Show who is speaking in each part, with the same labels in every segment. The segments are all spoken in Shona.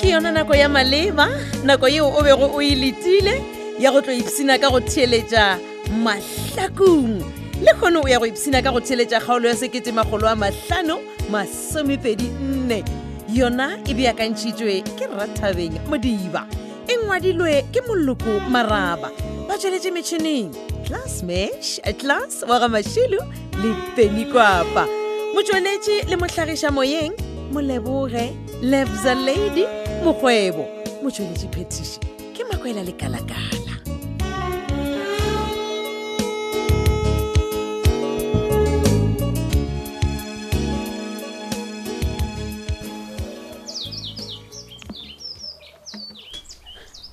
Speaker 1: ke yona nako ya maleba nako yeo o bego o e letile ya go tlo ipsina ka go theeletša mahlakong le kgone o ya go ipsina ka go theeletša kgaolo ya seketemagolo a mahlano masomepedi nne yona e beakantšhitšwe ke rathabeng modiba e ngwadilwe ke moloko maraba ba tsweletše metšhineng class mash atlas wa ga mašilo le penikwapa motsweletše le mohlagiša moyeng moleboge lebza lady mokgwebo motsweletše phetiši ke makwela lekalakala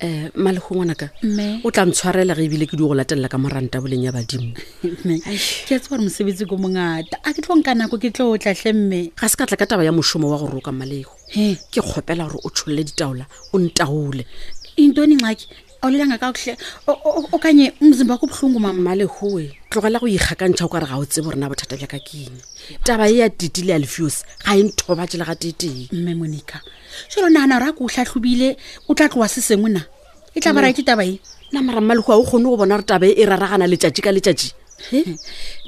Speaker 2: um malego ngwanaka
Speaker 3: mme
Speaker 2: o tla ntshwarela ge ebile ke di go latelela ka moranta boleng ya badimo
Speaker 3: mme ke a tse gore mosebetsi ko mongata a ke tlo nka nako ke tlo otlatlhe mme
Speaker 2: ga se ka tla ka taba ya mošomo wa go roka malego
Speaker 3: he
Speaker 2: ke kgopela gore o tsholole ditaola o ntaole
Speaker 3: intoni ngxaki awulelanga kakuhle O- o- okanye umzimba wakho buhlungu mama
Speaker 2: mmalegoe tlogela go ikgakantšha o ka re ga o tse borena bothata bja ka keng taba e ya titi le alfios ga e nthobatse le ga teteng
Speaker 3: mme monica solo nagana gore a ko o tlhatlhobile o tla tloa se sengwe na e tla bara ke taba e
Speaker 2: nna mara mmalego a o kgone go bona gore taba e e raragana letšatši ka letšatši
Speaker 3: He, Hm.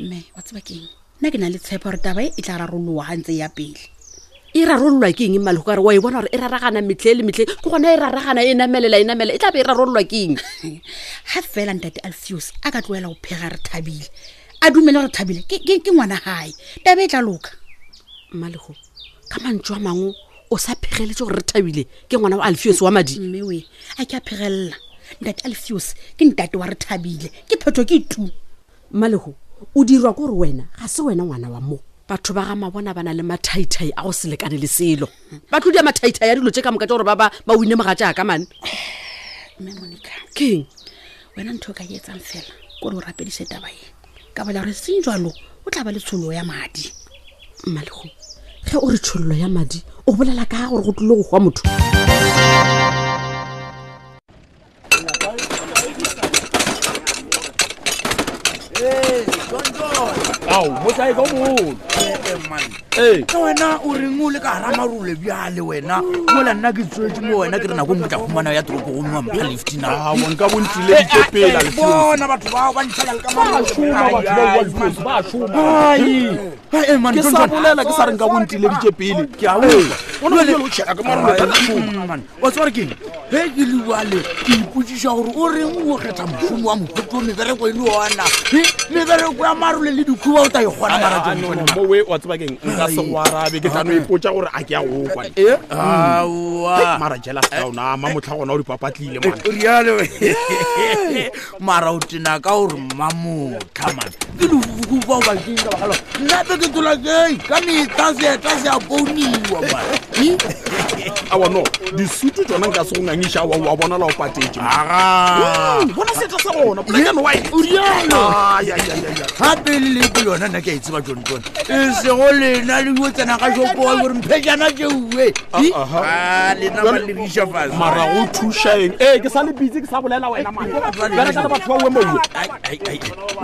Speaker 3: mme wa tseba keng nna ke na le tshepa gore taba e e tla raroloa ga ntse ya pele
Speaker 2: e rarololwa ke eng mmalego ka re wa e bona gore e raragana metlhe le metlhe ke gona e raragana e namelela e namela e tla be e rarololwa ke eng
Speaker 3: ga fela ntate alfios a ka tloela go phega re thabile a dumele gore thabile ke- ke ke ngwana gae taba e tla loka
Speaker 2: mmalego ka mantso a mangwe o sa phegeletse gore re thabile ke ngwana wa alfios wa madi
Speaker 3: mme oe a ke a phegelela ntate alfios ke ntate wa re thabile ke phetho ke tu
Speaker 2: mmalego o dirwa ke gore wena ga se wena ngwana wa mo batho ba ga mabona ba na le mathaithai a go se lekane le selo ba tlodia mathaithai a dilo tse ka moka tsa gore ba ba ba wine moga jaaka mane
Speaker 3: mme monica
Speaker 2: ke eng
Speaker 3: wena ntho o ka e etsang fela kore o rapedise taba e ka bola gore seng jalo o tla ba le tsholo ya madi
Speaker 2: mmalego ge o re tshololo ya madi o bolela ka gore go tlile go gwa motho
Speaker 4: ao mosae ka moolo ee
Speaker 5: ka wena o reng o le ka gara marole bjale wena mola nna ke tswetse mo wena ke re nako nko tla fumana ya toropo gomiwa mpha liftina
Speaker 4: ao nka bontileditse Ah, pela
Speaker 5: eh, bona batho bao ba ntšhalang ka
Speaker 4: ke sa bolela ke sa re nka bontileditse pele ke a ola
Speaker 5: wa tsebare keng ge ke lebale ke ipotsiša gore o reng o kgetha mošomo wa mokgotso mebereko e le ona He, mebereko ya marole le dikhuba o ta e kgona maratsonona
Speaker 4: mowe wa tseba keng nka se go arabe ke tlano ipotsa gore a ke a go kwane
Speaker 5: aa
Speaker 4: mara jelas down ama motlha gona o dipapatlile man
Speaker 5: rialo mara o tena ka gore mmamotlaman ke lefufufao bakeng ka bagalo nna be ke tsola kei ka metaseta se a pouniwa ma
Speaker 4: awano disutu tsona nka se go ngangiša wa wa bonala o patetse man.
Speaker 5: aga
Speaker 4: Mm, bona setla sa gona black and white Ai, ai, ai, ai, ai.
Speaker 5: gape leleko yona nna ke a e tseba tsontsone e sego lena le yo tsena ka shopoa gore mphejana tseue
Speaker 4: Ah, aha.
Speaker 5: lena
Speaker 4: Jwale-
Speaker 5: balediša
Speaker 4: mara go thušaeng ee Eh, ke sa le bitse ke sa bolela wena maeaaa batho ba uemoue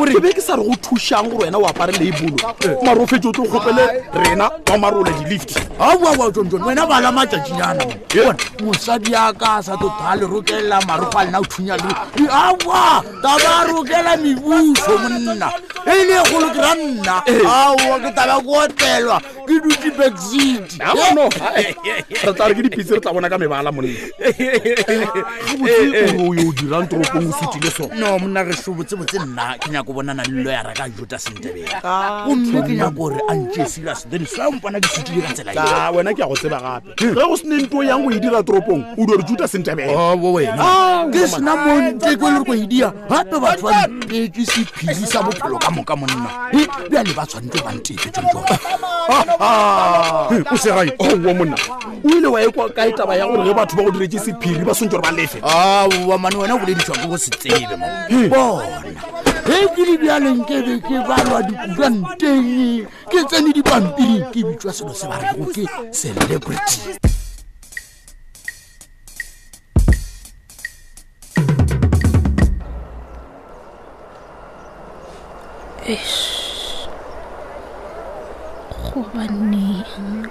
Speaker 4: ore be ke sa re go thušang gore wena o apare leibolo mare o fetse o tlo kgopele rena wa marola di-lift
Speaker 5: aowawa tsontsone wena bala matšatšinyana bona mosadi yaka a sa tota le rokelela maroko a lena o thunya le Eh, aowa taba a rokela mebuso monna e le e kgolo ke ra nna aowa ke taba ko otelwa ke dutse backseat
Speaker 4: ano re tla re ke dipitse re tla bona ka mebala monna
Speaker 5: Eh, o yo dirang toropong o sutile sone eh. no monna re sobotsebotse nna ke nyako bonana le loyara ka jota sentebele gomme ke nyako gore a ntse serious then sampana ke sutile ka tsela
Speaker 4: a Ah, wena ke ya go tseba gape ge go se ne nto yang go e dira toropong o dio re juta sentebele
Speaker 5: abo
Speaker 4: Ah,
Speaker 5: wena ke sena monte ko e le re ko edia gape batho ba mpetse sephiri sa bophelo ka moka monna Eh, bjale ba tshwanetse bantete
Speaker 4: Ah,
Speaker 5: o segae
Speaker 4: owa Oh, monna o ile wa ekwa kae taba ya gore ge batho ba go diretse ah, sephiri ba swantse gore ba lefe
Speaker 5: aowa mane wena o bolediswa ke go se tsebe mo bona
Speaker 4: ge ke le bjaleng ke be ke balwa dikuranteng ke tsene dipampiring ke bitswa selo se ba rego ke celebrity
Speaker 1: gobaneng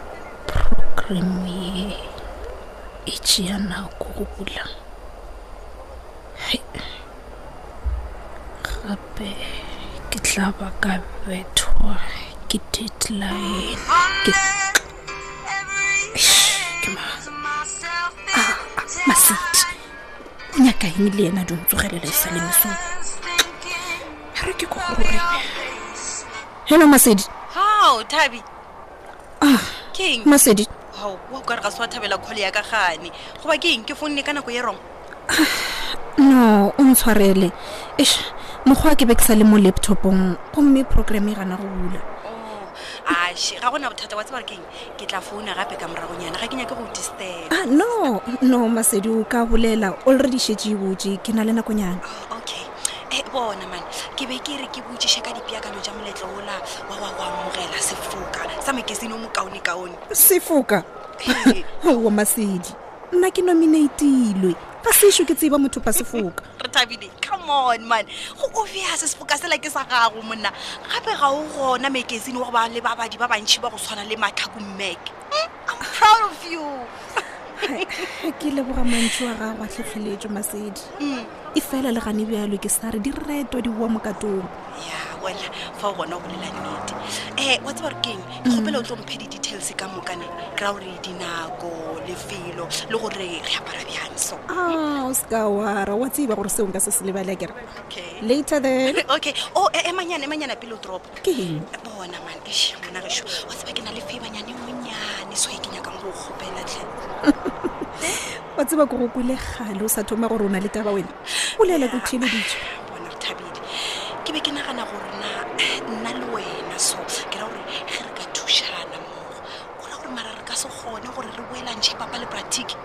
Speaker 1: programme ye e tšea nako go bula Hei. gape ke tla ba ka bethwa ke deadline ke Eish, ke ma- Ah, ah, masedi o nyaka eng le yena dintsogelela e sa le mesong ga re ke ko gorore hello masedi
Speaker 6: hao thabi ke eng
Speaker 1: masedi
Speaker 6: ao oa kare ga se wa thabela kgole ya ka gane goba ke eng ke fonne ka nako e ye rong
Speaker 1: no o ntshwarele eš mokgwa ke be ke sa le mo laptopong gomme programme e gana go bula
Speaker 6: ashe Oh, ga gona bothata wa tsebare ke eng ke tla founa gape ka moragonyana ga ke nyake go disturb
Speaker 1: ah no no masedi o ka bolela already shetse e boje ke na le nakonyana
Speaker 6: okay e bona mane ke be ke re ke botsiše ka dipeakanyo tša moletlo ola wa wa go amogela sefoka sa mekesine o mokaonekaone
Speaker 1: sefoka oa masedi nna ke nominatilwe ga sešo ke tseba motho pa sefoka
Speaker 6: re thabile come on man go obviase sefoka sela ke sa gago monna gape ga o gona magazine wa go ba le babadi ba bantšhi ba go tshwana le matlhako mmeke i'm proud of you
Speaker 1: ke leboga mantsi wa gago a tlhotlheletso masedi
Speaker 6: Mm.
Speaker 1: e fela le gane bjalo ke sa re di retwa di boa mo katong
Speaker 6: ya wena fa o gona o bolela nnete um wa tseba gore keng ke kgopela o tlo mphe di-details ka mokane ke ra gore dinako lefelo le gore re apara bjang so
Speaker 1: a Ah, o seka wara wa tseba gore seo nka se se lebale kere
Speaker 6: okay
Speaker 1: later then
Speaker 6: okay o oh, emanyana emanyana pele o drop
Speaker 1: ke eng
Speaker 6: bona man eshe mona gešo wa tseba ke na le febanyane monyane so e ke nyakang go o kgopela tlhe
Speaker 1: wa tseba ko go kwele gale o sa thoma gore o na le taba wena olela ko theleditso
Speaker 6: bona re thabile ke be ke nagana gore na nna le wena so ke ra gore ge re ka thušana mmogo o ra gore mara re ka se kgone gore re boela ntšhe papa le bratiki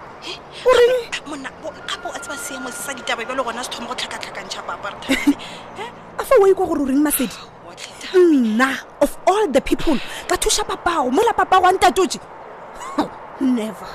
Speaker 6: monna bo- gape a tseba seemo se sa ditaba bjale gona se thoma go tlhakatlhakantšha papa re thabile He?
Speaker 1: a fa wa ikwa gore o reng masedi
Speaker 6: Otlhe tha-
Speaker 1: nna of all the people ka thuša papago mola papago a ntatotse never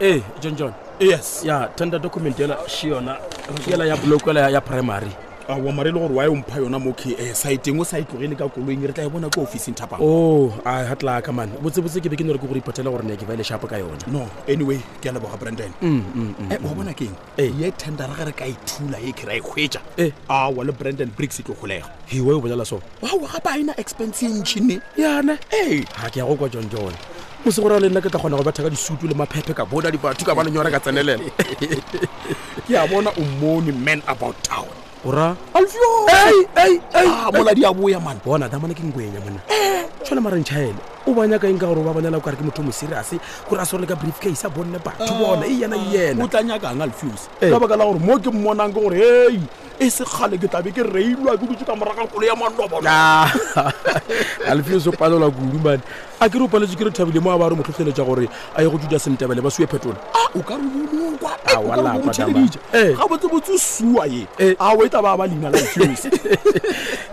Speaker 5: ee john john
Speaker 4: yes
Speaker 5: ya tender document ela she yona ke ela ya blokoela ya primary
Speaker 4: wamare le gore wa e ompha yona mo k saeteng o sa e tlogele ka koloing re tla e bona ko officing thapang
Speaker 5: o Oh, a hatlaka mane botsebotse ke be ke no re ke go reportela gore ne ke baele shapo ka yona
Speaker 4: no anyway ke a leboga branden
Speaker 5: Mm,
Speaker 4: Eh, wa bona keng
Speaker 5: Eh.
Speaker 4: ye tendera ge re ka e thula e ke ra e hwetša
Speaker 5: Eh.
Speaker 4: awa le branden bricks e tlo golega
Speaker 5: hiwa o bolela so
Speaker 4: wao gape a ena expense e ntšhine
Speaker 5: yana
Speaker 4: ee
Speaker 5: ga ke ya go kwa john john mose gore a le nna ke tla kgona go betha ka disutu le maphephe ka bona dibatho ka balenyora ka tsenelela
Speaker 4: ke a bona o mone man about town
Speaker 5: ora
Speaker 4: Ah, moladi a boya man
Speaker 5: bona damane ke nkwenya mona
Speaker 4: Eh.
Speaker 5: tshwana marentšhaele o banyaka eng ka gore o ba banyala o kare ke motho o mo seriase gore a sore le ka brief case a bonne batho bona e yana le
Speaker 4: Eh. o
Speaker 5: yena
Speaker 4: tla nyakang alfuse
Speaker 5: Eh.
Speaker 4: ka baka la gore mo ke mmonang ke gore hei e sekgale ke tlabe ke reilwa ke dutse ka moraga kolo ya mannobona
Speaker 5: alfeos Ah. o palelwa kudumane a ke re o paletse ke re thabile mo a ba re motlhotlheletša gore a ye go juda sentebele ba sue phetola
Speaker 4: Ah, o ka re bolokwa
Speaker 5: Ah, wala,
Speaker 4: motšheledie
Speaker 5: Eh.
Speaker 4: ga botsebotse o sua ye
Speaker 5: Eh.
Speaker 4: a o e taba a ba leina lafuse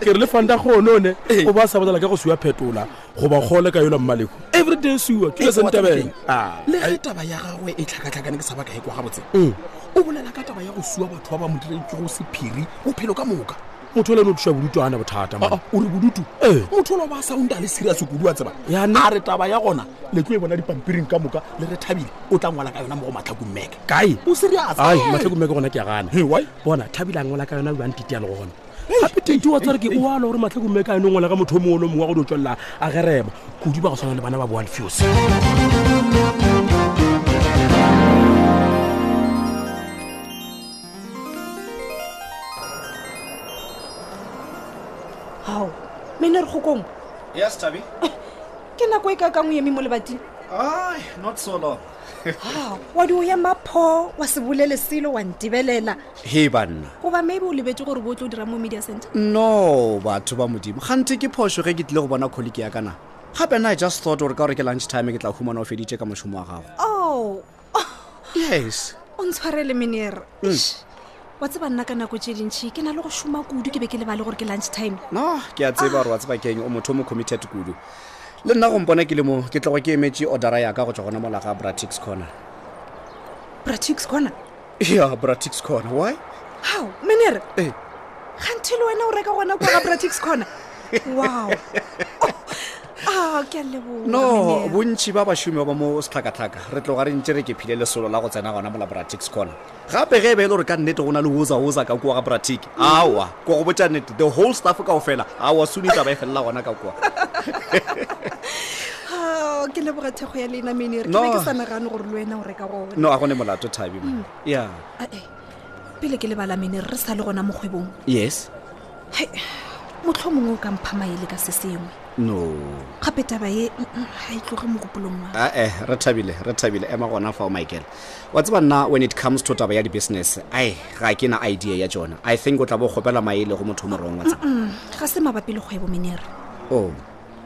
Speaker 5: ke re le fanta kgonone
Speaker 4: Eh.
Speaker 5: o ba sa batlela ka go sua phetola goba kgole ka yola mmaleko everyday sua ke le sentebele Ah,
Speaker 4: le ge taba ya gagwe e tlhakatlhakane ke sa baka e kwa gabotse
Speaker 5: Mm.
Speaker 4: o bolela ka taba ya go sua batho ba ba modiretsego sephiri bophelo ka moka
Speaker 5: motho o le no thusa bodutu a na bothata
Speaker 4: Ah, ah,
Speaker 5: man
Speaker 4: o re bodutu
Speaker 5: Eh.
Speaker 4: motho o le ba sound a le seriase kudu a tseba
Speaker 5: Yana.
Speaker 4: a re taba ya gona le tlo e bona dipampiring ka moka le re thabile o tla ngwala ka yona mo go matlhakommeke
Speaker 5: kae
Speaker 4: o seriase
Speaker 5: ai matlhokomeke gona ke a gana
Speaker 4: Hey, why?
Speaker 5: bona thabile a ngwala ka yona one tite a le gona gape tite wa tsware ke o ala gore matlhokome ka ene o ngwala ka motho o mongwe le mongwe wa go di o tswelela a gerema kudu ba go tshwana le bana ba boan fuse
Speaker 1: ao mene re gokong
Speaker 7: Yes, Tabi.
Speaker 1: ke nako e ka kangwe eme mo lebating
Speaker 7: Ay, not so long.
Speaker 1: ao wa di o ya mapho wa se bolele selo wa ntebelela
Speaker 7: He banna.
Speaker 1: goba maybe o lebetse gore bo o tlo o dira mo media center
Speaker 7: No, batho ba modimo. Gante ke phoso ge ke tlile go bona colleague ya kana. Gape na I just
Speaker 6: Oh.
Speaker 7: thought gore ka gore ke lunch time ke tla humana o feditse ka mošomo wa gago.
Speaker 1: oh
Speaker 7: Yes.
Speaker 1: o
Speaker 6: ntshware le menere
Speaker 8: Mm.
Speaker 6: wa tseba nna ka nako tse dintšhi ke na le go šoma kudu ke be ke lebale gore ke lunch time
Speaker 8: no ke a tseba gore wa tseba keng o motho o mo committed kudu le nna go mpona ke le mo ke tlogo ke emetse ordera yaka go tswa gona molaga bratix corner
Speaker 6: bratix corner
Speaker 8: ya bratix corner why
Speaker 6: how menere
Speaker 8: Eh.
Speaker 6: ganthe le wena o reka gona kwa ga bratix corner wow Oh, a ke a leboga
Speaker 8: no
Speaker 6: Mynheer.
Speaker 8: bontšhi ba bašomi ba mo setlhakatlhaka re tloga re ntse re ke phile lesolo la go tsena gona mola bratix corner gape ge e be e le gore ka nnete go na le wozawoza ka kua ga bratic awa ko go botsa nnete the whole staff kao fela awa sune taba e felela gona ka kua
Speaker 6: Ah, ke leboga thekgo ya leina menere ke
Speaker 8: No.
Speaker 6: be ke sa nagane gore le wena o reka gona
Speaker 8: no a gone molato thabi man ya
Speaker 6: ae pele ke lebala menere re sa le gona mo kgwebong
Speaker 8: yes
Speaker 6: Hai, motlho mongwe o ka mpha maele ka se sengwe
Speaker 8: no
Speaker 6: gape taba ye mm, mm, ha e tloge mogopolong wa
Speaker 8: ae re thabile re thabile ema gona fao michael wa tseba nna Ah, when it comes to taba ya di-business ai ga ke na idea ya tsona i think o tla bo kgopela maele go motho o morong wa tseba
Speaker 6: Mm, ga se mabapi le kgwebo menere
Speaker 8: o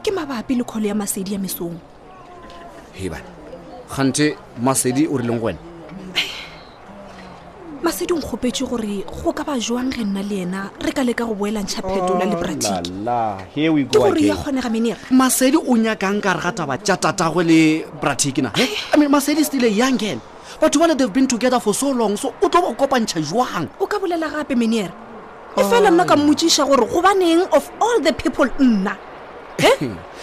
Speaker 6: ke mabapi le kgolo ya masedi ya mesong
Speaker 8: hebane gante masedi o rileng go wena
Speaker 6: masedi nkgopetse gore go ka ba jwang ge nna le ena re ka leka go boelantšha phetola le bratiki
Speaker 8: Lala, Oh, here we
Speaker 6: ke
Speaker 8: go
Speaker 6: gore ya
Speaker 8: again.
Speaker 6: kgonega menere
Speaker 8: masedi o nyakang ka re ga taba tša tatagwe le bratikina i mean masedi is still a young girl batho bale they've been together for so long so o tlo ba kopantšha jwang
Speaker 6: o ka bolela gape menere e
Speaker 8: Oh.
Speaker 6: fela nna ka mmotsiša gore gobaneng of all the people nna e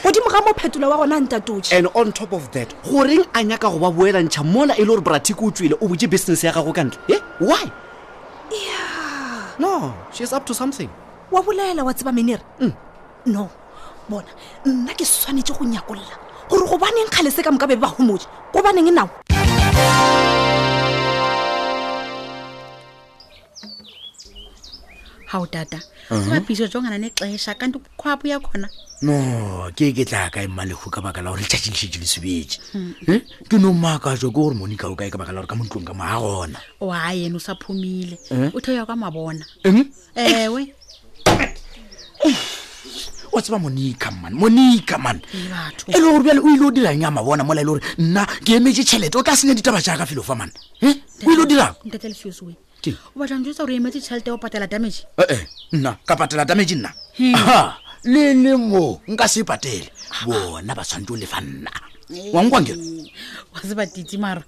Speaker 6: godimo ga mophetola wa gona ntatoe
Speaker 8: and on top of that goreng a nyaka go ba boelantšha mola e le gore bratik o tswile o botse business ya gago ka ntle e why no she's up to something
Speaker 6: wa bolela wa tseba menere
Speaker 8: Mm.
Speaker 6: no bona nna ke tshwanetse go nyakolola gore gobaneng kgale se ka moka be ba gomoje gobaneng nao
Speaker 3: hawu tata ungabhizo jongana nexesha kanti khwapho yakhona
Speaker 5: no ke ke tla kae mmalego ka baka la gore letšatši lešetše le sebetse
Speaker 8: Hm?
Speaker 5: Eh, ke no makajwa ke gore monica o kae ka baka la gore ka mo ntlong ka mo ga gona
Speaker 3: o hayi yena usaphumile
Speaker 5: Eh?
Speaker 3: uthe uyakwamabona
Speaker 5: Eng?
Speaker 3: ewe
Speaker 5: o tseba monica man monica man
Speaker 3: Ee, batho.
Speaker 5: e le gore bjale o ile o dirang ya mabona mola e le gore nna ke emetse tšhelete o tla senya ditaba jaaka felo fa man Eh, o ile o dirang
Speaker 3: ntate lefios we
Speaker 5: Ke?
Speaker 3: o batlang jetsa gore o emetse tšhelete ya go patela damage
Speaker 5: ee nna ka patela damage nna Aha, le le mo nka se e patele bona ba tshwanetse o lefa nna wankwanke
Speaker 3: wa se batiti mara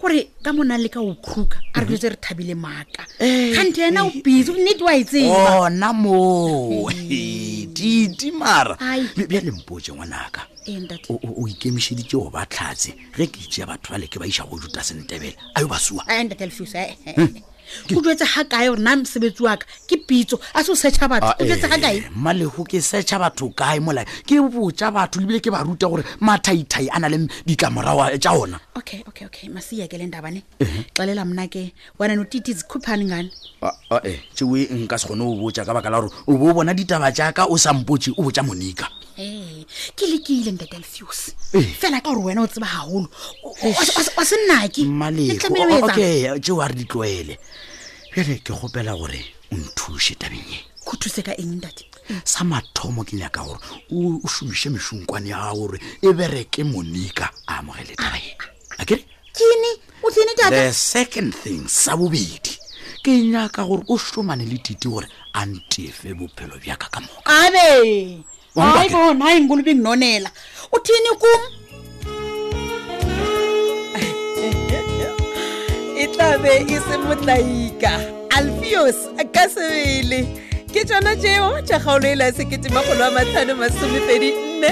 Speaker 3: kore ka mo nang le ka o kruka a re dilo tse re thabile maaka
Speaker 5: Mhm. Eh, Oh.
Speaker 3: gante ena o busy o nnete wa e tseba
Speaker 5: ona mo He, titi mara
Speaker 3: Ai.
Speaker 5: Bj- bjale mpotse ngwanaka
Speaker 3: Ee, Eh, ntate.
Speaker 5: o o- o ikemišeditse go ba tlhatse ge ke itsea batho bale ke ba iša go juta sentebele a yo ba sua
Speaker 3: Ai, ntate lefios o jetse ga kae gore na mosebetsi waka ke pitso a se o setšha
Speaker 5: Ah,
Speaker 3: batho o jetse ga
Speaker 5: eh.
Speaker 3: kae
Speaker 5: malego ke setšha batho kae mola ke botsa batho lebile ke ba ruta gore mathaithai a na le ditlamorago tša ona
Speaker 3: okay okay okay masiya ke le ndabane xelela mna ke wena notiti zikhuphani ngani
Speaker 5: Ah, ah, eh, tšeoe nka se kgone go botsa ka baka la gore o bo o bona ditaba jaaka o sa mpotse o botsa monika
Speaker 3: ee ke lekile ntate lefios
Speaker 5: Eh.
Speaker 3: fela ka gore wena o tseba gagolo wa se nnaki Le tlamehile o etsang?
Speaker 5: mmaleko oh, okay tšeo a re di tloele bjale ke kgopela gore o nthuše tabeng e
Speaker 3: go thuse ka eng ntate
Speaker 5: sa mathomo ke nyaka gore o o šomiše mešunkwane ya gago gore e bereke monika a amogele taba e akere
Speaker 3: kene o tlene tata
Speaker 5: the second thing sa bobedi ke nyaka gore o šomane le tite gore a ntefe bophelo bjaka ka moka
Speaker 3: abe
Speaker 5: Wamba
Speaker 3: hayi
Speaker 5: ke?
Speaker 3: bona hayi nkulu binginonela uthini kum
Speaker 1: e tla be e se motlaika alfios ka sebele ke tsona jeo tša kgaolo e la seketemagolo a matlhano masomepedi nne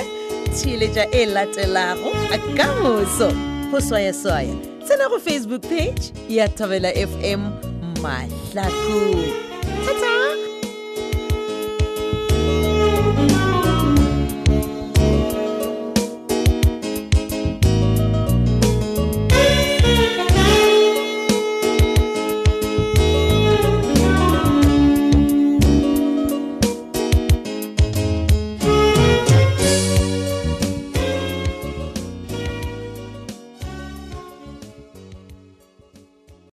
Speaker 1: tsheletša e latelago a ka moso go swayaswaya tsena go facebook page ya thobela fm mahlakong